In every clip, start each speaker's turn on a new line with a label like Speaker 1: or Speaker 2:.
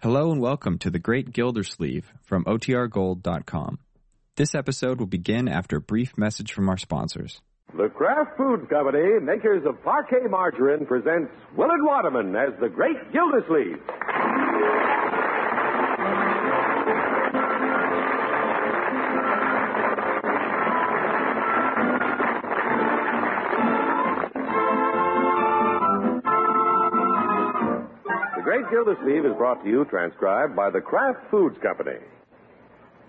Speaker 1: Hello and welcome to The Great Gildersleeve from OTRGold.com. This episode will begin after a brief message from our sponsors.
Speaker 2: The Kraft Foods Company, makers of parquet margarine, presents Willard Waterman as the Great Gildersleeve. The Great Gildersleeve is brought to you, transcribed by the Kraft Foods Company.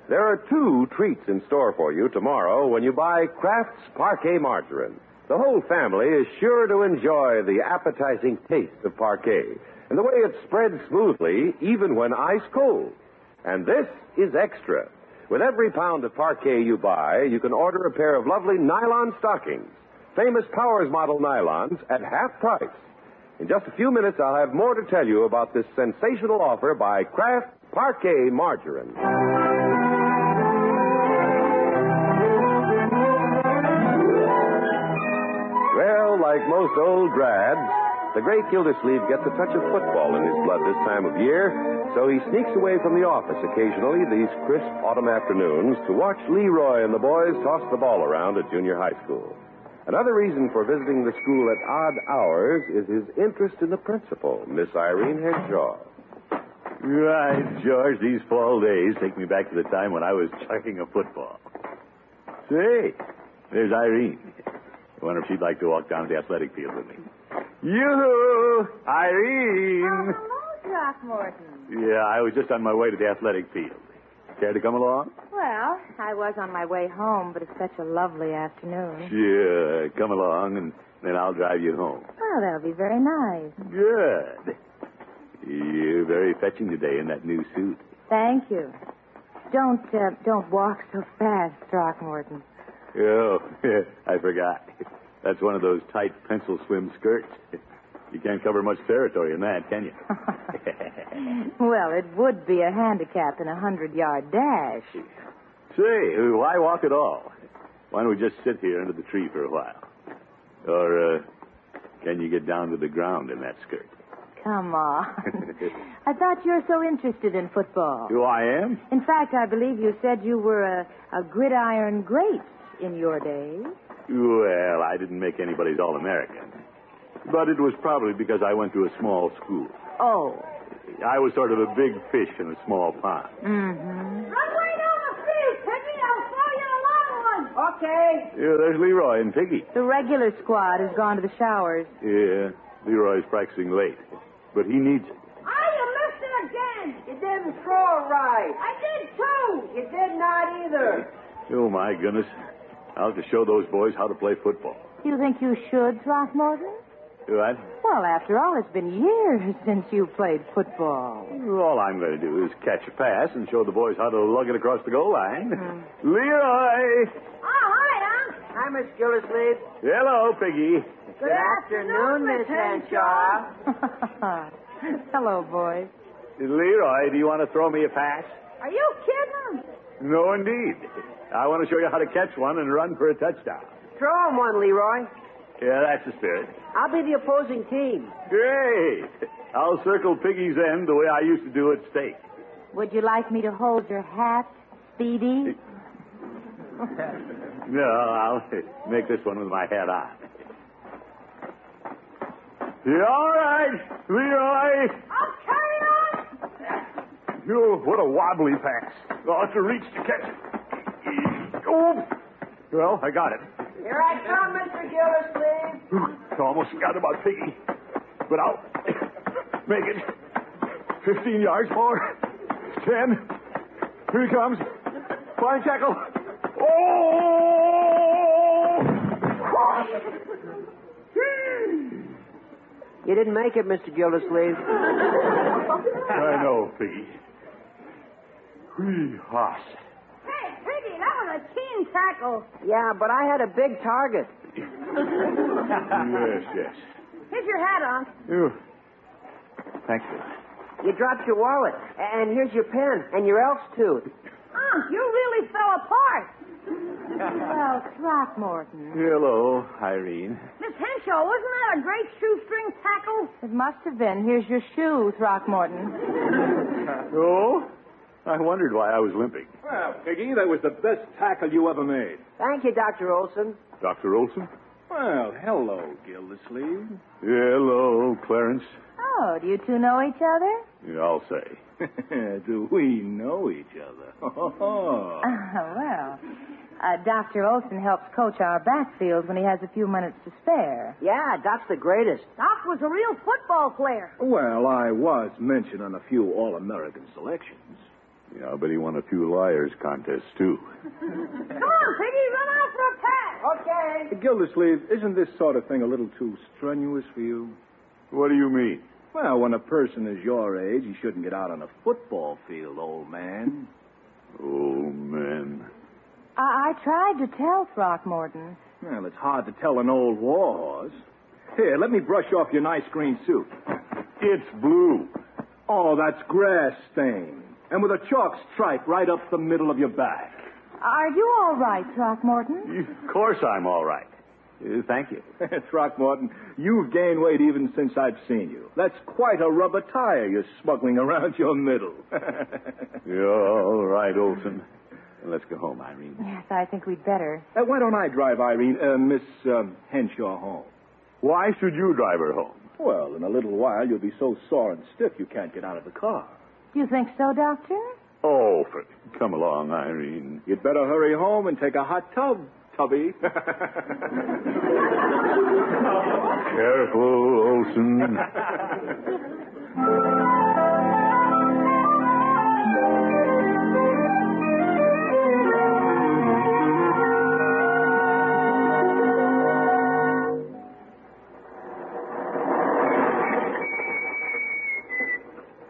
Speaker 2: There are two treats in store for you tomorrow when you buy Kraft's Parquet Margarine. The whole family is sure to enjoy the appetizing taste of parquet and the way it spreads smoothly even when ice cold. And this is extra. With every pound of parquet you buy, you can order a pair of lovely nylon stockings, famous Powers model nylons at half price. In just a few minutes, I'll have more to tell you about this sensational offer by Kraft Parquet Margarine. Well, like most old grads, the great Gildersleeve gets a touch of football in his blood this time of year, so he sneaks away from the office occasionally these crisp autumn afternoons to watch Leroy and the boys toss the ball around at junior high school. Another reason for visiting the school at odd hours is his interest in the principal, Miss Irene Hedgehaw.
Speaker 3: Right, George. These fall days take me back to the time when I was chucking a football. Say, there's Irene. I wonder if she'd like to walk down to the athletic field with me. You, Irene.
Speaker 4: hello, Throckmorton.
Speaker 3: Yeah, I was just on my way to the athletic field. Care to come along?
Speaker 4: Well, I was on my way home, but it's such a lovely afternoon.
Speaker 3: Yeah, come along, and then I'll drive you home.
Speaker 4: Oh, that'll be very nice.
Speaker 3: Good. You're very fetching today in that new suit.
Speaker 4: Thank you. Don't uh, don't walk so fast, Throckmorton.
Speaker 3: Oh, I forgot. That's one of those tight pencil swim skirts. You can't cover much territory in that, can you?
Speaker 4: well, it would be a handicap in a hundred yard dash.
Speaker 3: Say, why walk at all? Why don't we just sit here under the tree for a while? Or uh, can you get down to the ground in that skirt?
Speaker 4: Come on. I thought you were so interested in football.
Speaker 3: Who I am?
Speaker 4: In fact, I believe you said you were a, a gridiron great in your day.
Speaker 3: Well, I didn't make anybody's All American. But it was probably because I went to a small school.
Speaker 4: Oh.
Speaker 3: I was sort of a big fish in a small pond.
Speaker 4: Mm-hmm.
Speaker 5: Run way down the field, Peggy. I'll throw you a long one.
Speaker 3: Yeah, there's Leroy and Piggy.
Speaker 4: The regular squad has gone to the showers.
Speaker 3: Yeah, Leroy's Uh, practicing late, but he needs it.
Speaker 5: Ah, you missed it again.
Speaker 6: You didn't throw right.
Speaker 5: I did too.
Speaker 6: You did not either.
Speaker 3: Oh, my goodness. I'll have to show those boys how to play football.
Speaker 4: Do you think you should, Throckmorton?
Speaker 3: What?
Speaker 4: Well, after all, it's been years since you played football.
Speaker 3: All I'm going to do is catch a pass and show the boys how to lug it across the goal line.
Speaker 5: Hmm.
Speaker 3: Leroy!
Speaker 5: All right, huh?
Speaker 6: Hi, Miss Gildersleeve.
Speaker 3: Hello, Piggy.
Speaker 6: Good, afternoon, Miss Henshaw.
Speaker 4: Hello, boys.
Speaker 3: Leroy, do you want to throw me a pass?
Speaker 5: Are you kidding?
Speaker 3: No, indeed. I want to show you how to catch one and run for a touchdown.
Speaker 6: Throw him one, Leroy.
Speaker 3: Yeah, that's the spirit.
Speaker 6: I'll be the opposing team.
Speaker 3: Great. I'll circle Piggy's end the way I used to do at stake.
Speaker 4: Would you like me to hold your hat, Speedy?
Speaker 3: No, I'll make this one with my head on. Yeah, all right, Leroy.
Speaker 5: I'll carry on.
Speaker 3: Oh, what a wobbly pass. I'll have to reach to catch it. Oh, well, I got it.
Speaker 6: Here I come, Mr. Gildersleeve.
Speaker 3: I almost forgot about Piggy. But I'll make it. 15 yards more. 10. Here he comes. Fine tackle. Oh!
Speaker 6: You didn't make it, Mr. Gildersleeve.
Speaker 3: I know, Piggy. Whee, hoss.
Speaker 5: Hey, Peggy, that was a team tackle.
Speaker 6: Yeah, but I had a big target.
Speaker 3: Yes, yes.
Speaker 5: Here's your hat, Unc.
Speaker 3: You. Thank you.
Speaker 6: You dropped your wallet, and here's your pen, and your elf's too.
Speaker 5: Unc, Mm, you really fell apart.
Speaker 4: well, Throckmorton,
Speaker 3: Hello, Irene.
Speaker 5: Miss Henshaw, wasn't that a great shoestring tackle?
Speaker 4: it must have been. Here's your shoe, Throckmorton.
Speaker 3: I wondered why I was limping.
Speaker 2: Well, Piggy, that was the best tackle you ever made.
Speaker 6: Thank you, Dr. Olson.
Speaker 3: Dr. Olson?
Speaker 2: Well, hello, Gildersleeve.
Speaker 3: Hello, Clarence.
Speaker 4: Oh, do you two know each other?
Speaker 3: Yeah, I'll say.
Speaker 2: Do we know each other? Oh,
Speaker 4: Ah, well, uh, Dr. Olson helps coach our backfield when he has a few minutes to spare.
Speaker 6: Yeah, Doc's the greatest.
Speaker 5: Doc was a real football player.
Speaker 2: well, I was mentioned on a few All-American selections.
Speaker 3: Yeah, but he won a few liars contests, too.
Speaker 5: Come on, Piggy, run out for a pass.
Speaker 6: Okay.
Speaker 2: Gildersleeve, isn't this sort of thing a little too strenuous for you?
Speaker 3: What do you mean?
Speaker 2: Well, when a person is your age, he shouldn't get out on a football field, old man.
Speaker 3: Oh, man.
Speaker 4: I, I tried to tell Throckmorton.
Speaker 2: Well, it's hard to tell an old warhorse. Here, let me brush off your nice green suit.
Speaker 3: It's blue.
Speaker 2: Oh, that's grass stain. And with a chalk stripe right up the middle of your back.
Speaker 4: Are you all right, Throckmorton?
Speaker 3: Of course I'm all right. Uh, thank you.
Speaker 2: Throckmorton, you've gained weight even since I've seen you. That's quite a rubber tire you're smuggling around your middle. Uh,
Speaker 3: You're all right, Olson. Let's go home, Irene.
Speaker 4: Yes, I think we'd better.
Speaker 2: Uh, why don't I drive Irene, uh, Miss um, Henshaw home?
Speaker 3: Why should you drive her home?
Speaker 2: Well, in a little while, you'll be so sore and stiff you can't get out of the car.
Speaker 4: Do you think so, Doctor?
Speaker 3: Oh, for... come along, Irene.
Speaker 2: You'd better hurry home and take a hot tub, Tubby.
Speaker 3: Careful, Olson.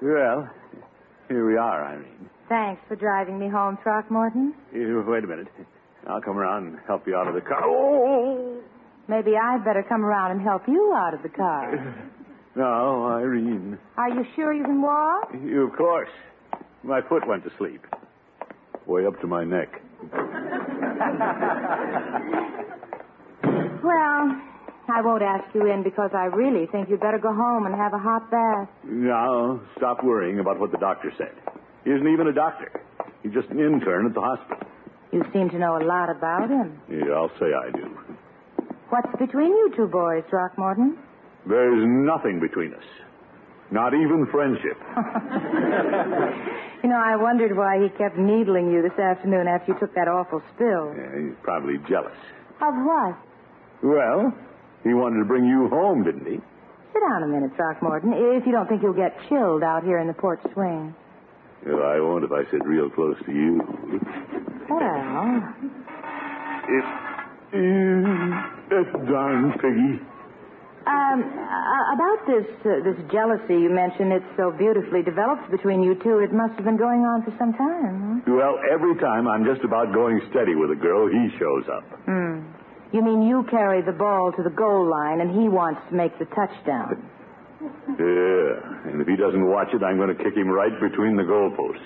Speaker 3: well, here we are, Irene.
Speaker 4: Thanks for driving me home, Throckmorton.
Speaker 3: Uh, Wait a minute. I'll come around and help you out of the car. Oh!
Speaker 4: Maybe I'd better come around and help you out of the car.
Speaker 3: No, Irene.
Speaker 4: Are you sure you can walk?
Speaker 3: You, of course. My foot went to sleep. Way up to my neck.
Speaker 4: Well, I won't ask you in because I really think you'd better go home and have a hot bath.
Speaker 3: Now, stop worrying about what the doctor said. He isn't even a doctor. He's just an intern at the hospital.
Speaker 4: You seem to know a lot about him.
Speaker 3: Yeah, I'll say I do.
Speaker 4: What's between you two boys, Throckmorton?
Speaker 3: There's nothing between us. Not even friendship.
Speaker 4: You know, I wondered why he kept needling you this afternoon after you took that awful spill.
Speaker 3: Yeah, he's probably jealous.
Speaker 4: Of what?
Speaker 3: Well, he wanted to bring you home, didn't he?
Speaker 4: Sit down a minute, Throckmorton, if you don't think you'll get chilled out here in the porch swing.
Speaker 3: Well, I won't if I sit real close to you.
Speaker 4: Well,
Speaker 3: If, that darn piggy.
Speaker 4: um, uh, about this uh, this jealousy you mentioned, it's so beautifully developed between you two. It must have been going on for some time.
Speaker 3: Well, every time I'm just about going steady with a girl, he shows up.
Speaker 4: huh? Hmm. You mean you carry the ball to the goal line and he wants to make the touchdown?
Speaker 3: Yeah. And if he doesn't watch it, I'm going to kick him right between the goalposts.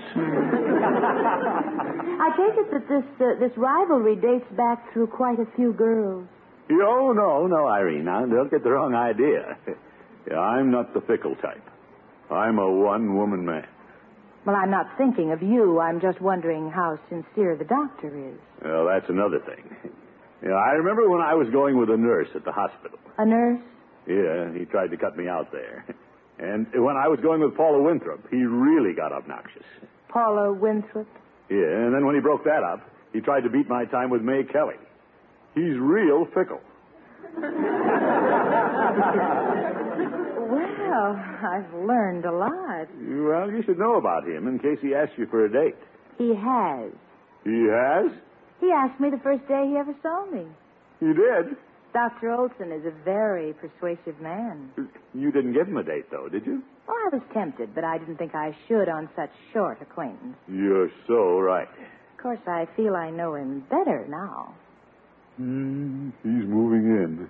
Speaker 4: I take it that this uh, this rivalry dates back through quite a few girls.
Speaker 3: Oh, no, no, Irene. Now, don't get the wrong idea. Yeah, I'm not the fickle type. I'm a one woman man.
Speaker 4: Well, I'm not thinking of you. I'm just wondering how sincere the doctor is.
Speaker 3: Well, that's another thing. Yeah, I remember when I was going with a nurse at the hospital.
Speaker 4: A nurse?
Speaker 3: Yeah, he tried to cut me out there. And when I was going with Paula Winthrop, he really got obnoxious.
Speaker 4: Paula Winthrop?
Speaker 3: Yeah, and then when he broke that up, he tried to beat my time with May Kelly. He's real fickle.
Speaker 4: Well, I've learned a lot.
Speaker 3: Well, you should know about him in case he asks you for a date.
Speaker 4: He has.
Speaker 3: He has?
Speaker 4: He asked me the first day he ever saw me.
Speaker 3: He did.
Speaker 4: Dr. Olson is a very persuasive man.
Speaker 3: You didn't give him a date, though, did you?
Speaker 4: Oh, I was tempted, but I didn't think I should on such short acquaintance.
Speaker 3: You're so right.
Speaker 4: Of course, I feel I know him better now.
Speaker 3: he's moving in. Mm.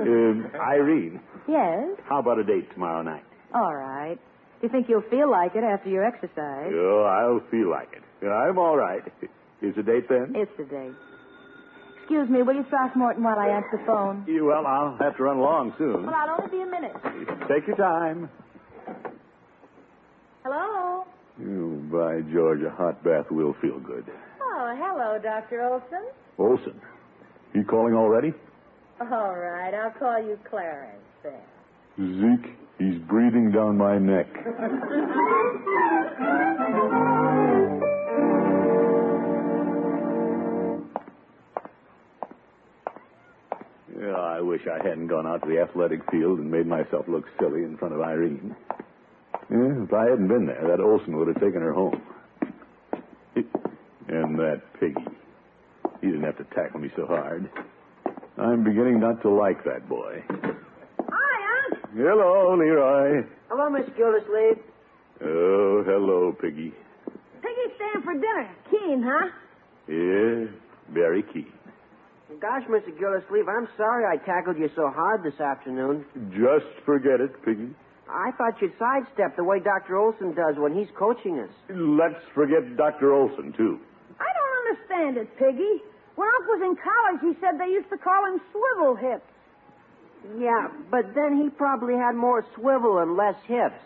Speaker 3: Um, Irene,
Speaker 4: Yes?
Speaker 3: how about a date tomorrow night?
Speaker 4: All right. Do you think you'll feel like it after your exercise?
Speaker 3: Oh, I'll feel like it. I'm all right. Is a date then?
Speaker 4: It's the day. Excuse me, will you, Throckmorton, while I answer the phone?
Speaker 3: Yeah, well, I'll have to run along soon.
Speaker 4: Well, I'll only be a minute.
Speaker 3: Take your time.
Speaker 4: Hello?
Speaker 3: You by George, a hot bath will feel good.
Speaker 5: Oh, hello, Dr. Olson.
Speaker 3: Olson, you calling already?
Speaker 5: All right, I'll call you Clarence then.
Speaker 3: Zeke, he's breathing down my neck. Yeah, I wish I hadn't gone out to the athletic field and made myself look silly in front of Irene. Yeah, if I hadn't been there, that Olson would have taken her home. And that piggy. He didn't have to tackle me so hard. I'm beginning not to like that boy.
Speaker 5: Hi, Unc.
Speaker 3: Hello, Leroy.
Speaker 6: Hello, Miss Gildersleeve.
Speaker 3: Oh, hello, Piggy.
Speaker 5: Piggy's staying for dinner. Keen, huh?
Speaker 3: Yeah, very keen.
Speaker 6: Gosh, Mr. Gildersleeve, I'm sorry I tackled you so hard this afternoon.
Speaker 3: Just forget it, Piggy.
Speaker 6: I thought you'd sidestep the way Dr. Olson does when he's coaching us.
Speaker 3: Let's forget Dr. Olson, too.
Speaker 5: I don't understand it, Piggy. When Unc was in college, he said they used to call him Swivel Hip.
Speaker 6: Yeah, but then he probably had more swivel and less hips.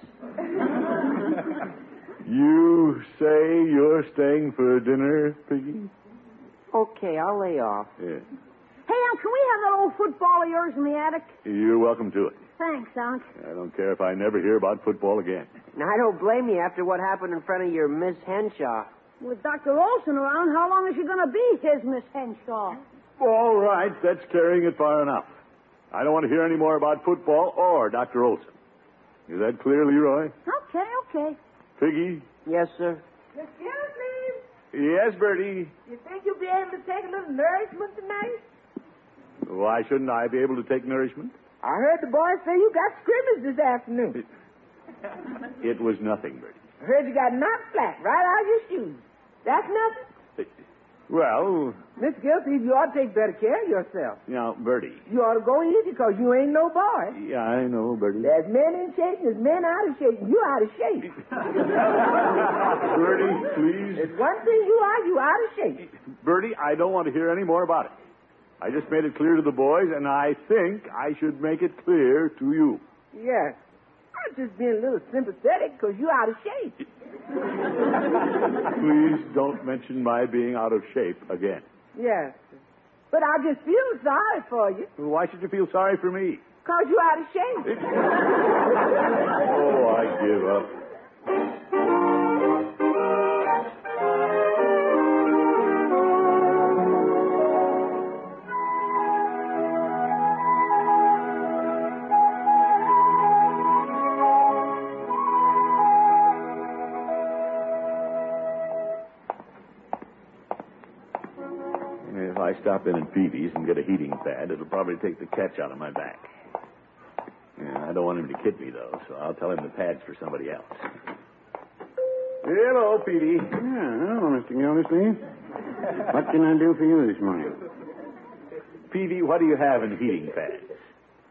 Speaker 3: You say you're staying for dinner, Piggy?
Speaker 6: Okay, I'll lay off.
Speaker 3: Yeah.
Speaker 5: Hey, Unc, can we have that old football of yours in the attic?
Speaker 3: You're welcome to it.
Speaker 5: Thanks, Unc.
Speaker 3: I don't care if I never hear about football again.
Speaker 6: Now, I don't blame you after what happened in front of your Miss Henshaw.
Speaker 5: With Dr. Olson around, how long is she going to be his Miss Henshaw?
Speaker 3: All right, that's carrying it far enough. I don't want to hear any more about football or Dr. Olson. Is that clear, Leroy?
Speaker 5: Okay, okay.
Speaker 3: Piggy?
Speaker 6: Yes, sir.
Speaker 5: Miss Gildersleeve,
Speaker 3: Yes, Bertie.
Speaker 5: you think you'll be able to take a little nourishment tonight?
Speaker 3: Why shouldn't I be able to take nourishment?
Speaker 5: I heard the boys say you got scrimmage this afternoon.
Speaker 3: It was nothing, Bertie.
Speaker 5: I heard you got knocked flat right out of your shoes. That's nothing.
Speaker 3: Well,
Speaker 5: Miss Gildersleeve, you ought to take better care of yourself.
Speaker 3: now, Bertie.
Speaker 5: You ought to go easy because you ain't no boy.
Speaker 3: Yeah, I know, Bertie.
Speaker 5: There's men in shape, there's men out of shape. You out of shape.
Speaker 3: Bertie, please.
Speaker 5: There's one thing you are, you out of shape.
Speaker 3: Bertie, I don't want to hear any more about it. I just made it clear to the boys, and I think I should make it clear to you.
Speaker 5: Yeah. I'm just being a little sympathetic because you out of shape.
Speaker 3: Please don't mention my being out of shape again.
Speaker 5: Yeah. But I just feel sorry for you
Speaker 3: Why should you feel sorry for me?
Speaker 5: because you out of shape.
Speaker 3: Oh, I give up. If I stop in at Peavy's and get a heating pad, it'll probably take the catch out of my back. Yeah, I don't want him to kid me, though, so I'll tell him the pad's for somebody else. Hello, Petey.
Speaker 7: hello, Mr. Gildersleeve. What can I do for you this morning?
Speaker 3: Petey, what do you have in heating pads?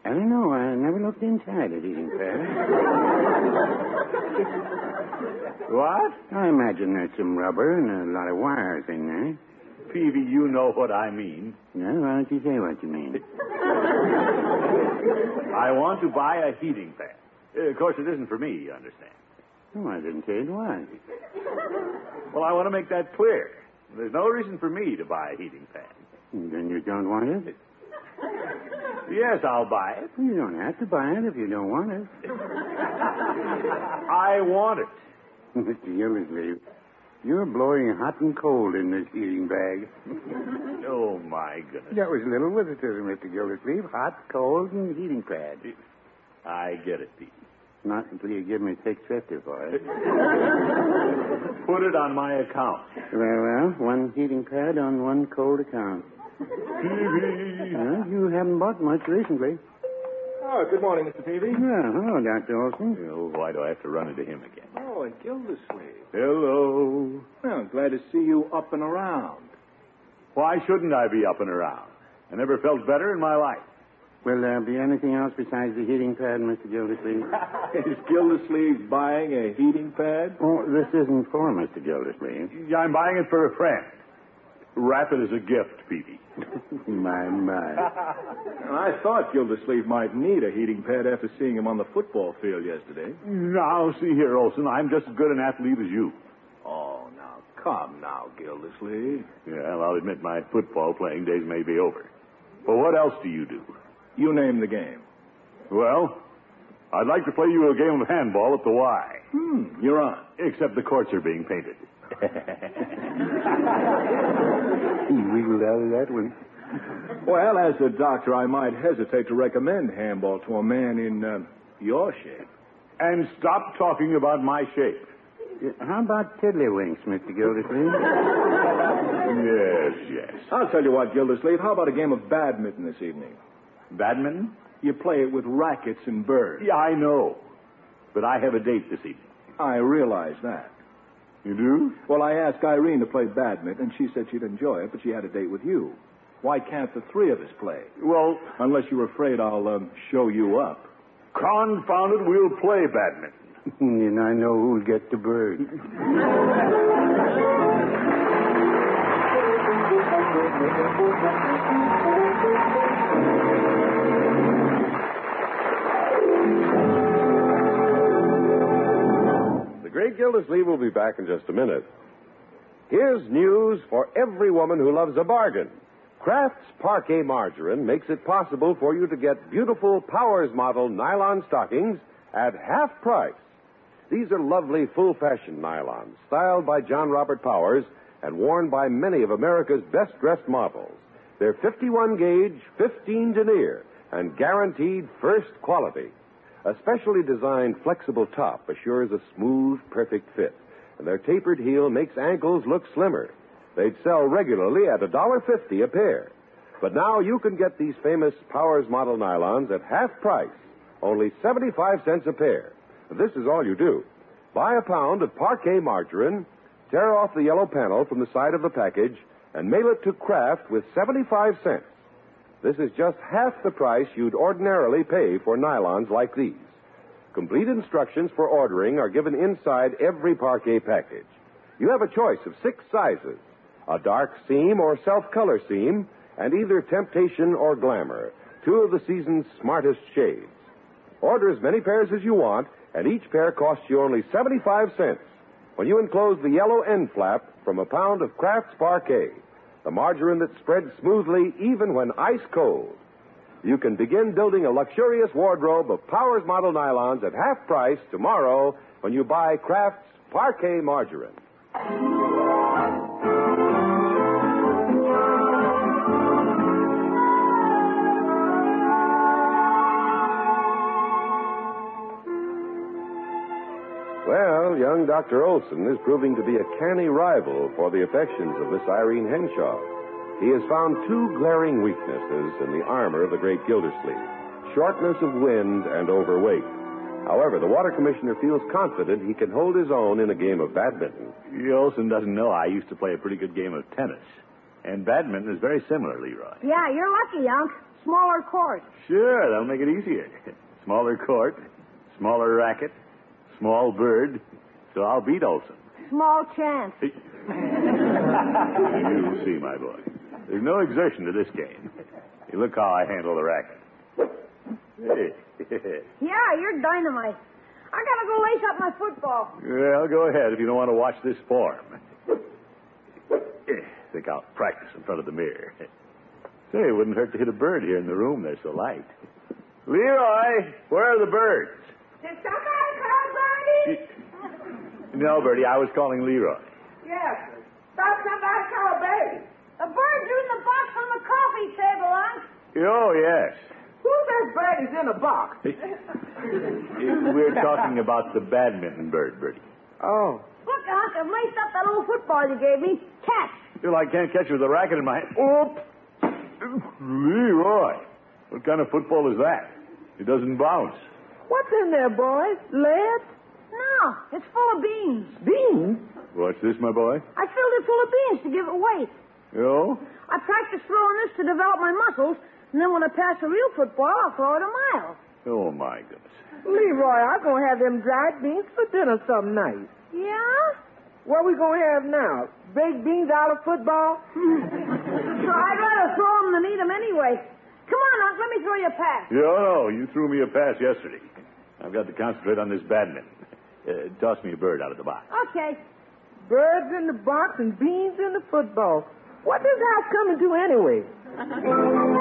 Speaker 7: I don't know. I never looked inside at eating pads.
Speaker 3: What?
Speaker 7: I imagine there's some rubber and a lot of wires in there.
Speaker 3: Peavy, you know what I mean.
Speaker 7: Now, why don't you say what you mean?
Speaker 3: I want to buy a heating pad. Uh, Of course, it isn't for me, you understand.
Speaker 7: No, I didn't say it was.
Speaker 3: Well, I want to make that clear. There's no reason for me to buy a heating pad.
Speaker 7: Then you don't want it?
Speaker 3: Yes, I'll buy it.
Speaker 7: You don't have to buy it if you don't want it.
Speaker 3: I want it.
Speaker 7: Mr. Gildersleeve, you're blowing hot and cold in this heating bag.
Speaker 3: Oh, my goodness.
Speaker 7: That was a little witticism, Mr. Gildersleeve. Hot, cold, and heating pad.
Speaker 3: I get it, Petey.
Speaker 7: Not until you give me six fifty for it.
Speaker 3: Put it on my account.
Speaker 7: Well, well, one heating pad on one cold account.
Speaker 3: Peavy.
Speaker 7: Well, you haven't bought much recently.
Speaker 8: Oh, good morning, Mr. Peavy.
Speaker 7: Well, hello, Dr. Olson.
Speaker 3: Oh, why do I have to run into him again?
Speaker 8: Oh, and Gildersleeve.
Speaker 3: Hello.
Speaker 8: Well, glad to see you up and around.
Speaker 3: Why shouldn't I be up and around? I never felt better in my life.
Speaker 7: Will there be anything else besides the heating pad, Mr. Gildersleeve?
Speaker 8: Is Gildersleeve buying a heating pad?
Speaker 7: oh, this isn't for Mr. Gildersleeve.
Speaker 3: I'm buying it for a friend. Wrap it as a gift, Peavy.
Speaker 7: my, my.
Speaker 8: I thought Gildersleeve might need a heating pad after seeing him on the football field yesterday.
Speaker 3: Now, see here, Olson. I'm just as good an athlete as you.
Speaker 8: Come Oh, now, Gildersleeve.
Speaker 3: Yeah, well, I'll admit my football playing days may be over. But what else do you do?
Speaker 8: You name the game.
Speaker 3: Well, I'd like to play you a game of handball at the Y.
Speaker 8: Hmm, you're on.
Speaker 3: Except the courts are being painted.
Speaker 7: He wiggled out of that one.
Speaker 8: Well, as a doctor, I might hesitate to recommend handball to a man in uh, your shape.
Speaker 3: And stop talking about my shape.
Speaker 7: Uh, How about tiddlywinks, Mr. Gildersleeve?
Speaker 3: Yes, yes.
Speaker 8: I'll tell you what, Gildersleeve. How about a game of badminton this evening?
Speaker 3: Badminton?
Speaker 8: You play it with rackets and birds.
Speaker 3: Yeah, I know. But I have a date this evening.
Speaker 8: I realize that.
Speaker 3: You do?
Speaker 8: Well, I asked Irene to play badminton, and she said she'd enjoy it, but she had a date with you. Why can't the three of us play?
Speaker 3: Well,
Speaker 8: Unless you're afraid I'll um, show you up.
Speaker 3: confound it, we'll play badminton.
Speaker 7: and I know who'll get the bird.
Speaker 2: The great Gildersleeve will be back in just a minute. Here's news for every woman who loves a bargain. Kraft's Parquet Margarine makes it possible for you to get beautiful Powers model nylon stockings at half price. These are lovely full fashion nylons, styled by John Robert Powers and worn by many of America's best dressed models. They're 51 gauge, 15 denier, and guaranteed first quality. A specially designed flexible top assures a smooth, perfect fit, and their tapered heel makes ankles look slimmer. They'd sell regularly at $1.50 a pair. But now you can get these famous Powers model nylons at half price, only 75 cents a pair. This is all you do. Buy a pound of parquet margarine, tear off the yellow panel from the side of the package, and mail it to Kraft with 75 cents. This is just half the price you'd ordinarily pay for nylons like these. Complete instructions for ordering are given inside every parquet package. You have a choice of six sizes a dark seam or self color seam, and either Temptation or Glamour, two of the season's smartest shades. Order as many pairs as you want, and each pair costs you only 75 cents when you enclose the yellow end flap from a pound of Kraft's Parquet, the margarine that spreads smoothly even when ice cold. You can begin building a luxurious wardrobe of Powers model nylons at half price tomorrow when you buy Kraft's Parquet Margarine. Well, young Dr. Olson is proving to be a canny rival for the affections of Miss Irene Henshaw. He has found two glaring weaknesses in the armor of the great Gildersleeve shortness of wind and overweight. However, the water commissioner feels confident he can hold his own in a game of badminton.
Speaker 3: Olson doesn't know I used to play a pretty good game of tennis. And badminton is very similar, Leroy.
Speaker 5: Yeah, you're lucky, Unc. Smaller court.
Speaker 3: Sure, that'll make it easier. Smaller court, smaller racket, small bird. So I'll beat Olson.
Speaker 5: Small chance.
Speaker 3: You'll see, my boy. There's no exertion to this game. You look how I handle the racket. Hey.
Speaker 5: Yeah, you're dynamite. I gotta go lace up my football.
Speaker 3: Well, go ahead if you don't want to watch this form. Think I'll practice in front of the mirror. Say, it wouldn't hurt to hit a bird here in the room. There's so light. Leroy, where are the birds?
Speaker 5: Did somebody call Bernie?
Speaker 3: No, Bertie, I was calling Leroy.
Speaker 5: Yes. Thought somebody called Bernie. The bird's in the box on the coffee table, Unc.
Speaker 3: Oh, yes.
Speaker 6: Who says bird is in a box?
Speaker 3: We're talking about the badminton bird, Bertie.
Speaker 6: Oh.
Speaker 5: Look, Unc, I've laced up that old football you gave me. Catch.
Speaker 3: Still, I can't catch you with a racket in my hand. Oop! Leroy, what kind of football is that? It doesn't bounce.
Speaker 6: What's in there, boys? Lead?
Speaker 5: No, Ah, it's full of beans.
Speaker 6: Beans?
Speaker 3: What's this, my boy?
Speaker 5: I filled it full of beans to give it weight.
Speaker 3: Oh?
Speaker 5: I practiced throwing this to develop my muscles, and then when I pass the real football, I'll throw it a mile.
Speaker 3: Oh, my goodness.
Speaker 6: Leroy, I'm going to have them dried beans for dinner some night.
Speaker 5: Yeah?
Speaker 6: What we going to have now? Baked beans out of football?
Speaker 5: So I'd rather throw 'em than eat 'em anyway. Come on, Unc, let me throw you a pass.
Speaker 3: No, no, you threw me a pass yesterday. I've got to concentrate on this badminton. Uh, toss me a bird out of the box.
Speaker 5: Okay.
Speaker 9: Birds in the box and beans in the football. What does house coming to anyway?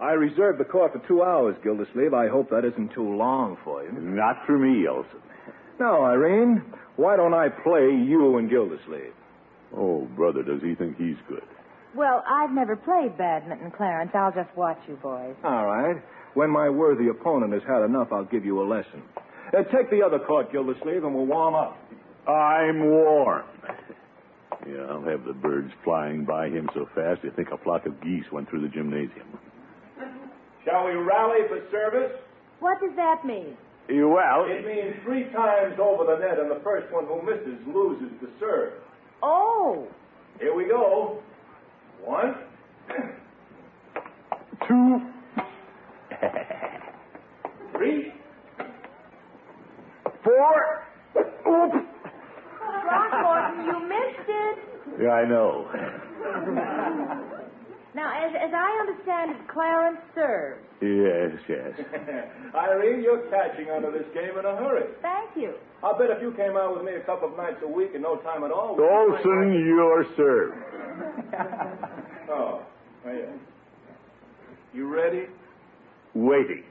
Speaker 8: I reserved the court for two hours, Gildersleeve. I hope that isn't too long for you.
Speaker 3: Not for me, Olson.
Speaker 8: Now, Irene, why don't I play you and Gildersleeve?
Speaker 3: Oh, brother, does he think he's good?
Speaker 4: Well, I've never played badminton, Clarence. I'll just watch you boys.
Speaker 8: All right. When my worthy opponent has had enough, I'll give you a lesson. Uh, take the other court, Gildersleeve, and we'll warm up.
Speaker 3: I'm warm. Yeah, I'll have the birds flying by him so fast they think a flock of geese went through the gymnasium.
Speaker 8: Shall we rally for service?
Speaker 5: What does that mean?
Speaker 3: Eh, Well,
Speaker 8: It means three times over the net, and the first one who misses loses the serve.
Speaker 5: Oh,
Speaker 8: Here we go. One.
Speaker 3: two.
Speaker 8: Three.
Speaker 3: Four. Oops.
Speaker 5: Throckmorton, you missed it.
Speaker 3: Yeah, I know.
Speaker 5: Now, as, as I understand it, Clarence serves.
Speaker 3: Yes, yes.
Speaker 8: Irene, you're catching onto this game in a hurry.
Speaker 5: Thank you.
Speaker 8: I'll bet if you came out with me a couple of nights a week and no time at all.
Speaker 3: Olson, you're served.
Speaker 8: Oh, yeah. You ready?
Speaker 3: Waiting.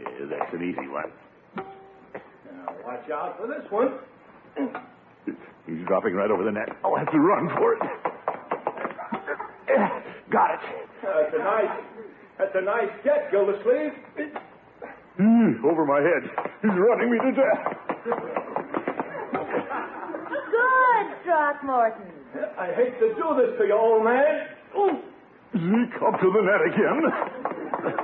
Speaker 3: Yeah, that's an easy one.
Speaker 8: Now, watch out for this one.
Speaker 3: He's dropping right over the net. I'll have to run for it. Got it.
Speaker 8: That's a nice, that's a nice get, Gildersleeve.
Speaker 3: Hmm, Over my head. He's running me to death.
Speaker 5: Good, Throckmorton.
Speaker 8: I hate to do this to you, old man.
Speaker 3: Zeke up to the net again.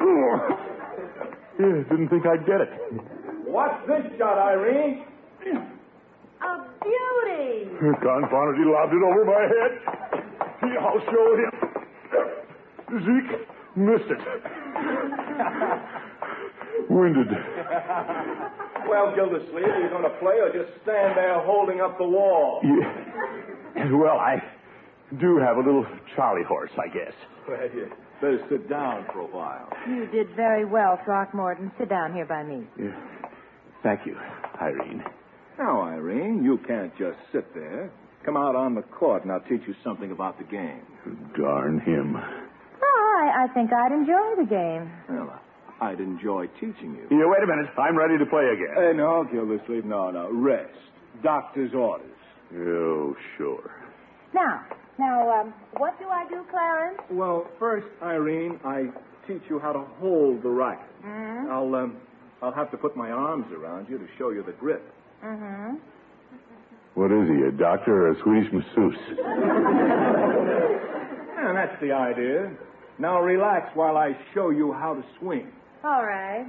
Speaker 3: Hmm. Yeah, didn't think I'd get it.
Speaker 8: Watch this shot, Irene.
Speaker 5: A beauty.
Speaker 3: Confounded, he lobbed it over my head. Yeah, I'll show him. Zeke missed it. Winded.
Speaker 8: Well, Gildersleeve, are you going to play or just stand there holding up the wall?
Speaker 3: Yeah. Well, I do have a little charley horse, I guess.
Speaker 8: Well, you better sit down for a while.
Speaker 4: You did very well, Throckmorton. Sit down here by me.
Speaker 3: Yeah. Thank you, Irene.
Speaker 8: Now, Irene, you can't just sit there. Come out on the court and I'll teach you something about the game.
Speaker 3: Darn him.
Speaker 4: Oh, I, I think I'd enjoy the game.
Speaker 8: Well, I'd enjoy teaching you.
Speaker 3: Yeah, wait a minute. I'm ready to play again.
Speaker 8: Hey, no, Gildersleeve, no, no. Rest. Doctor's orders.
Speaker 3: Oh, sure.
Speaker 4: Now,
Speaker 5: Now, um, what do I do, Clarence?
Speaker 8: Well, first, Irene, I teach you how to hold the racket. I'll, um, I'll have to put my arms around you to show you the grip.
Speaker 4: Mm-hmm.
Speaker 3: What is he, a doctor or a Swedish masseuse?
Speaker 8: Yeah, that's the idea. Now relax while I show you how to swing.
Speaker 5: All right.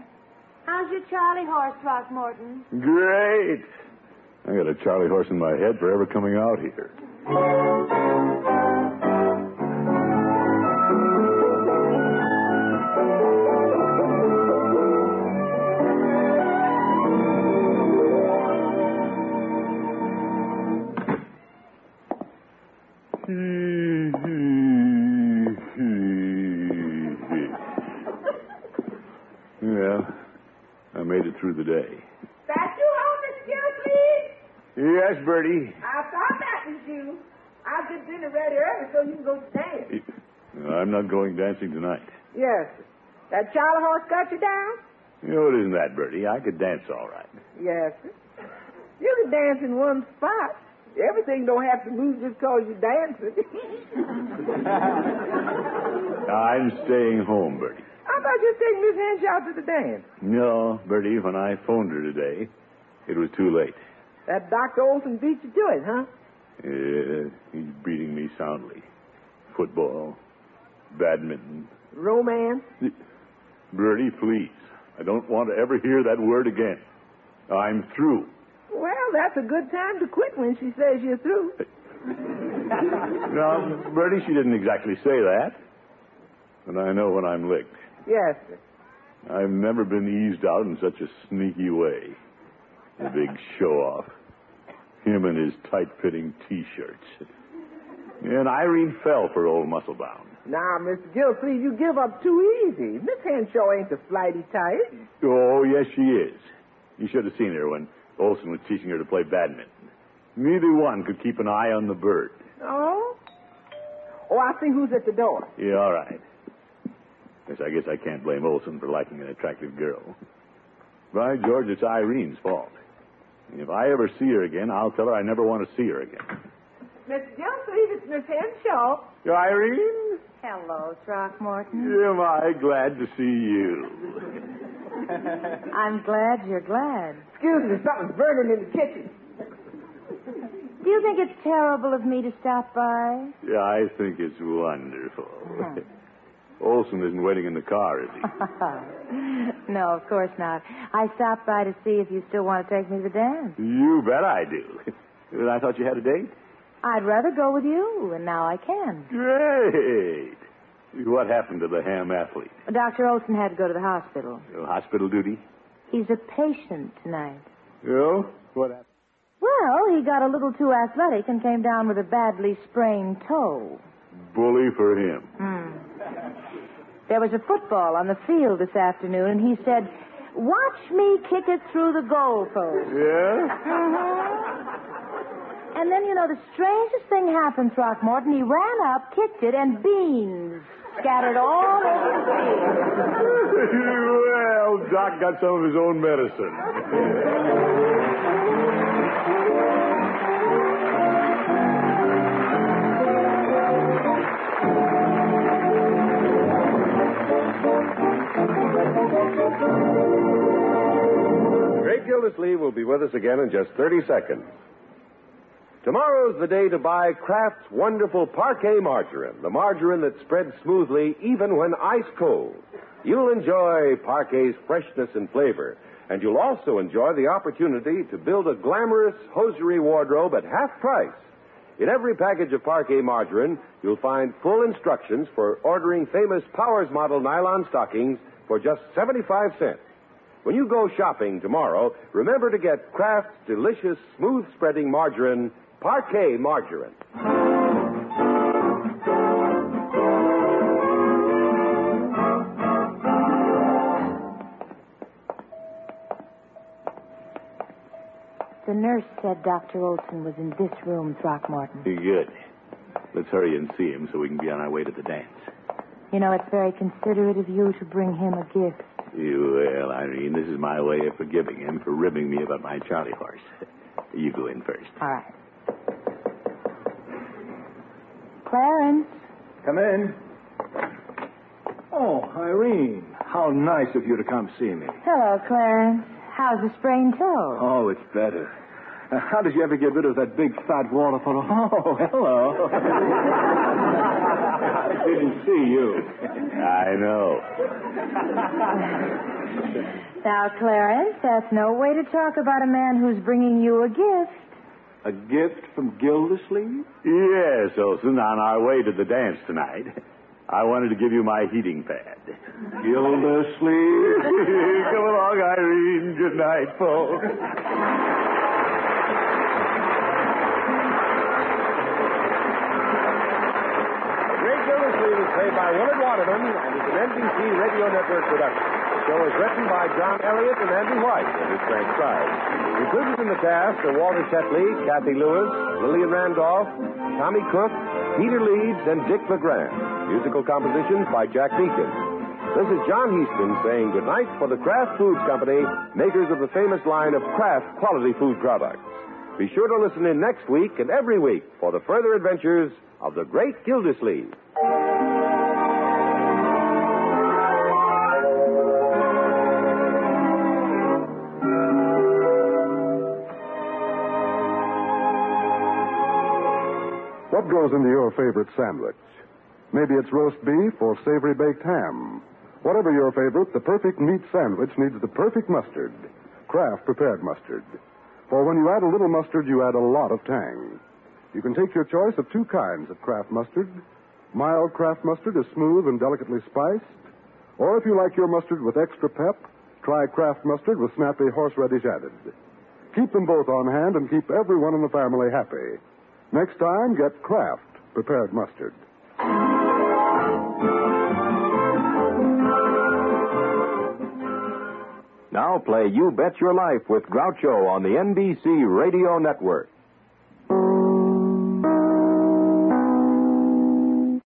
Speaker 5: How's your Charlie horse, Throckmorton?
Speaker 3: Great. I got a charley horse in my head for ever coming out here.
Speaker 7: Mm-hmm.
Speaker 3: yeah, I made it through the day.
Speaker 5: That you, Mr. Gildersleeve?
Speaker 3: Yes, Bertie.
Speaker 5: I thought that was you. I'll get dinner ready early so you can go dance.
Speaker 3: I'm not going dancing tonight.
Speaker 9: Yes. That Charlie horse cut you down?
Speaker 3: You know, it isn't that, Bertie. I could dance all right.
Speaker 9: Yes. sir. You can dance in one spot. Everything don't have to move just cause you dancing.
Speaker 3: I'm staying home, Bertie.
Speaker 9: I thought you'd take Miss Henshaw to the dance.
Speaker 3: No, Bertie, when I phoned her today, it was too late.
Speaker 9: That Dr. Olson beat you to it, huh?
Speaker 3: Yeah, Uh, he's beating me soundly. Football, badminton.
Speaker 9: Romance.
Speaker 3: Bertie, please. I don't want to ever hear that word again. I'm through.
Speaker 9: Well, that's a good time to quit when she says you're through.
Speaker 3: Now, Bertie, she didn't exactly say that. And I know when I'm licked.
Speaker 9: Yes. sir.
Speaker 3: I've never been eased out in such a sneaky way. The big show off. Him and his tight fitting t shirts. And Irene fell for old Musclebound.
Speaker 9: Now, Mr. Gilsleeve, you give up too easy. Miss Henshaw ain't the flighty type.
Speaker 3: Oh, yes, she is. You should have seen her when Olson was teaching her to play badminton. Neither one could keep an eye on the bird.
Speaker 9: Oh? Oh, I see who's at the door.
Speaker 3: Yeah, all right. Yes, I guess I can't blame Olson for liking an attractive girl. By George, it's Irene's fault. If I ever see her again, I'll tell her I never want to see her again.
Speaker 5: Miss Gilsleeve, it's Miss Henshaw.
Speaker 3: Irene,
Speaker 4: Hello, Throckmorton.
Speaker 3: am I glad to see you.
Speaker 4: I'm glad you're glad.
Speaker 9: Excuse me, something's burning in the kitchen.
Speaker 4: Do you think it's terrible of me to stop by?
Speaker 3: Yeah, I think it's wonderful. Olson isn't waiting in the car, is he?
Speaker 4: no, of course not. I stopped by to see if you still want to take me to the dance.
Speaker 3: you bet I do. Well, I thought you had a date?
Speaker 4: I'd rather go with you, and now I can.
Speaker 3: Great. What happened to the ham athlete?
Speaker 4: Dr. Olson had to go to the hospital.
Speaker 3: Uh, Hospital duty?
Speaker 4: He's a patient tonight.
Speaker 3: Oh? What happened?
Speaker 4: Well, he got a little too athletic and came down with a badly sprained toe.
Speaker 3: Bully for him.
Speaker 4: Hmm. There was a football on the field this afternoon, and he said, Watch me kick it through the goalpost.
Speaker 3: Yeah?
Speaker 4: And then, you know, the strangest thing happened, Throckmorton. He ran up, kicked it, and beans scattered all over the field.
Speaker 3: well, Doc got some of his own medicine.
Speaker 2: Great Gildersleeve will be with us again in just 30 seconds. Tomorrow's the day to buy Kraft's wonderful parquet margarine, the margarine that spreads smoothly even when ice cold. You'll enjoy parquet's freshness and flavor, and you'll also enjoy the opportunity to build a glamorous hosiery wardrobe at half price. In every package of parquet margarine, you'll find full instructions for ordering famous Powers model nylon stockings for just 75 cents. When you go shopping tomorrow, remember to get Kraft's delicious, smooth spreading margarine, Parquet Margarine.
Speaker 4: The nurse said Dr. Olson was in this room, Throckmorton.
Speaker 3: Good. Let's hurry and see him so we can be on our way to the dance.
Speaker 4: You know, it's very considerate of you to bring him a gift.
Speaker 3: Well, Irene, this is my way of forgiving him for ribbing me about my Charlie horse. You go in first.
Speaker 4: All right. Clarence,
Speaker 8: Come in. Oh, Irene, how nice of you to come see me.
Speaker 4: Hello, Clarence. How's the sprained toe?
Speaker 8: Oh, it's better. Uh, how did you ever get rid of that big fat waterfall? Oh, hello. I didn't see you.
Speaker 3: I know.
Speaker 4: Now, Clarence, that's no way to talk about a man who's bringing you a gift.
Speaker 8: A gift from Gildersleeve?
Speaker 3: Yes, Olson, on our way to the dance tonight. I wanted to give you my heating pad. Gildersleeve. Come along, Irene. Good night, folks.
Speaker 2: Great Gildersleeve is played by Willard Waterman and is an NBC Radio Network production. The show is written by John Elliott and Andy White and is transcribed. Included in the cast are Walter Shetley, Kathy Lewis, Lillian Randolph, Tommy Cook, Peter Leeds, and Dick LeGrand. Musical compositions by Jack Deacon. This is John Heaston saying goodnight for the Kraft Foods Company, makers of the famous line of Kraft quality food products. Be sure to listen in next week and every week for the further adventures of the great Gildersleeve.
Speaker 10: What goes into your favorite sandwich? Maybe it's roast beef or savory baked ham. Whatever your favorite, the perfect meat sandwich needs the perfect mustard. Kraft prepared mustard. For when you add a little mustard, you add a lot of tang. You can take your choice of two kinds of Kraft mustard. Mild Kraft mustard is smooth and delicately spiced. Or if you like your mustard with extra pep, try Kraft mustard with snappy horseradish added. Keep them both on hand and keep everyone in the family happy. Next time, get Kraft prepared mustard.
Speaker 2: Now play You Bet Your Life with Groucho on the NBC Radio Network.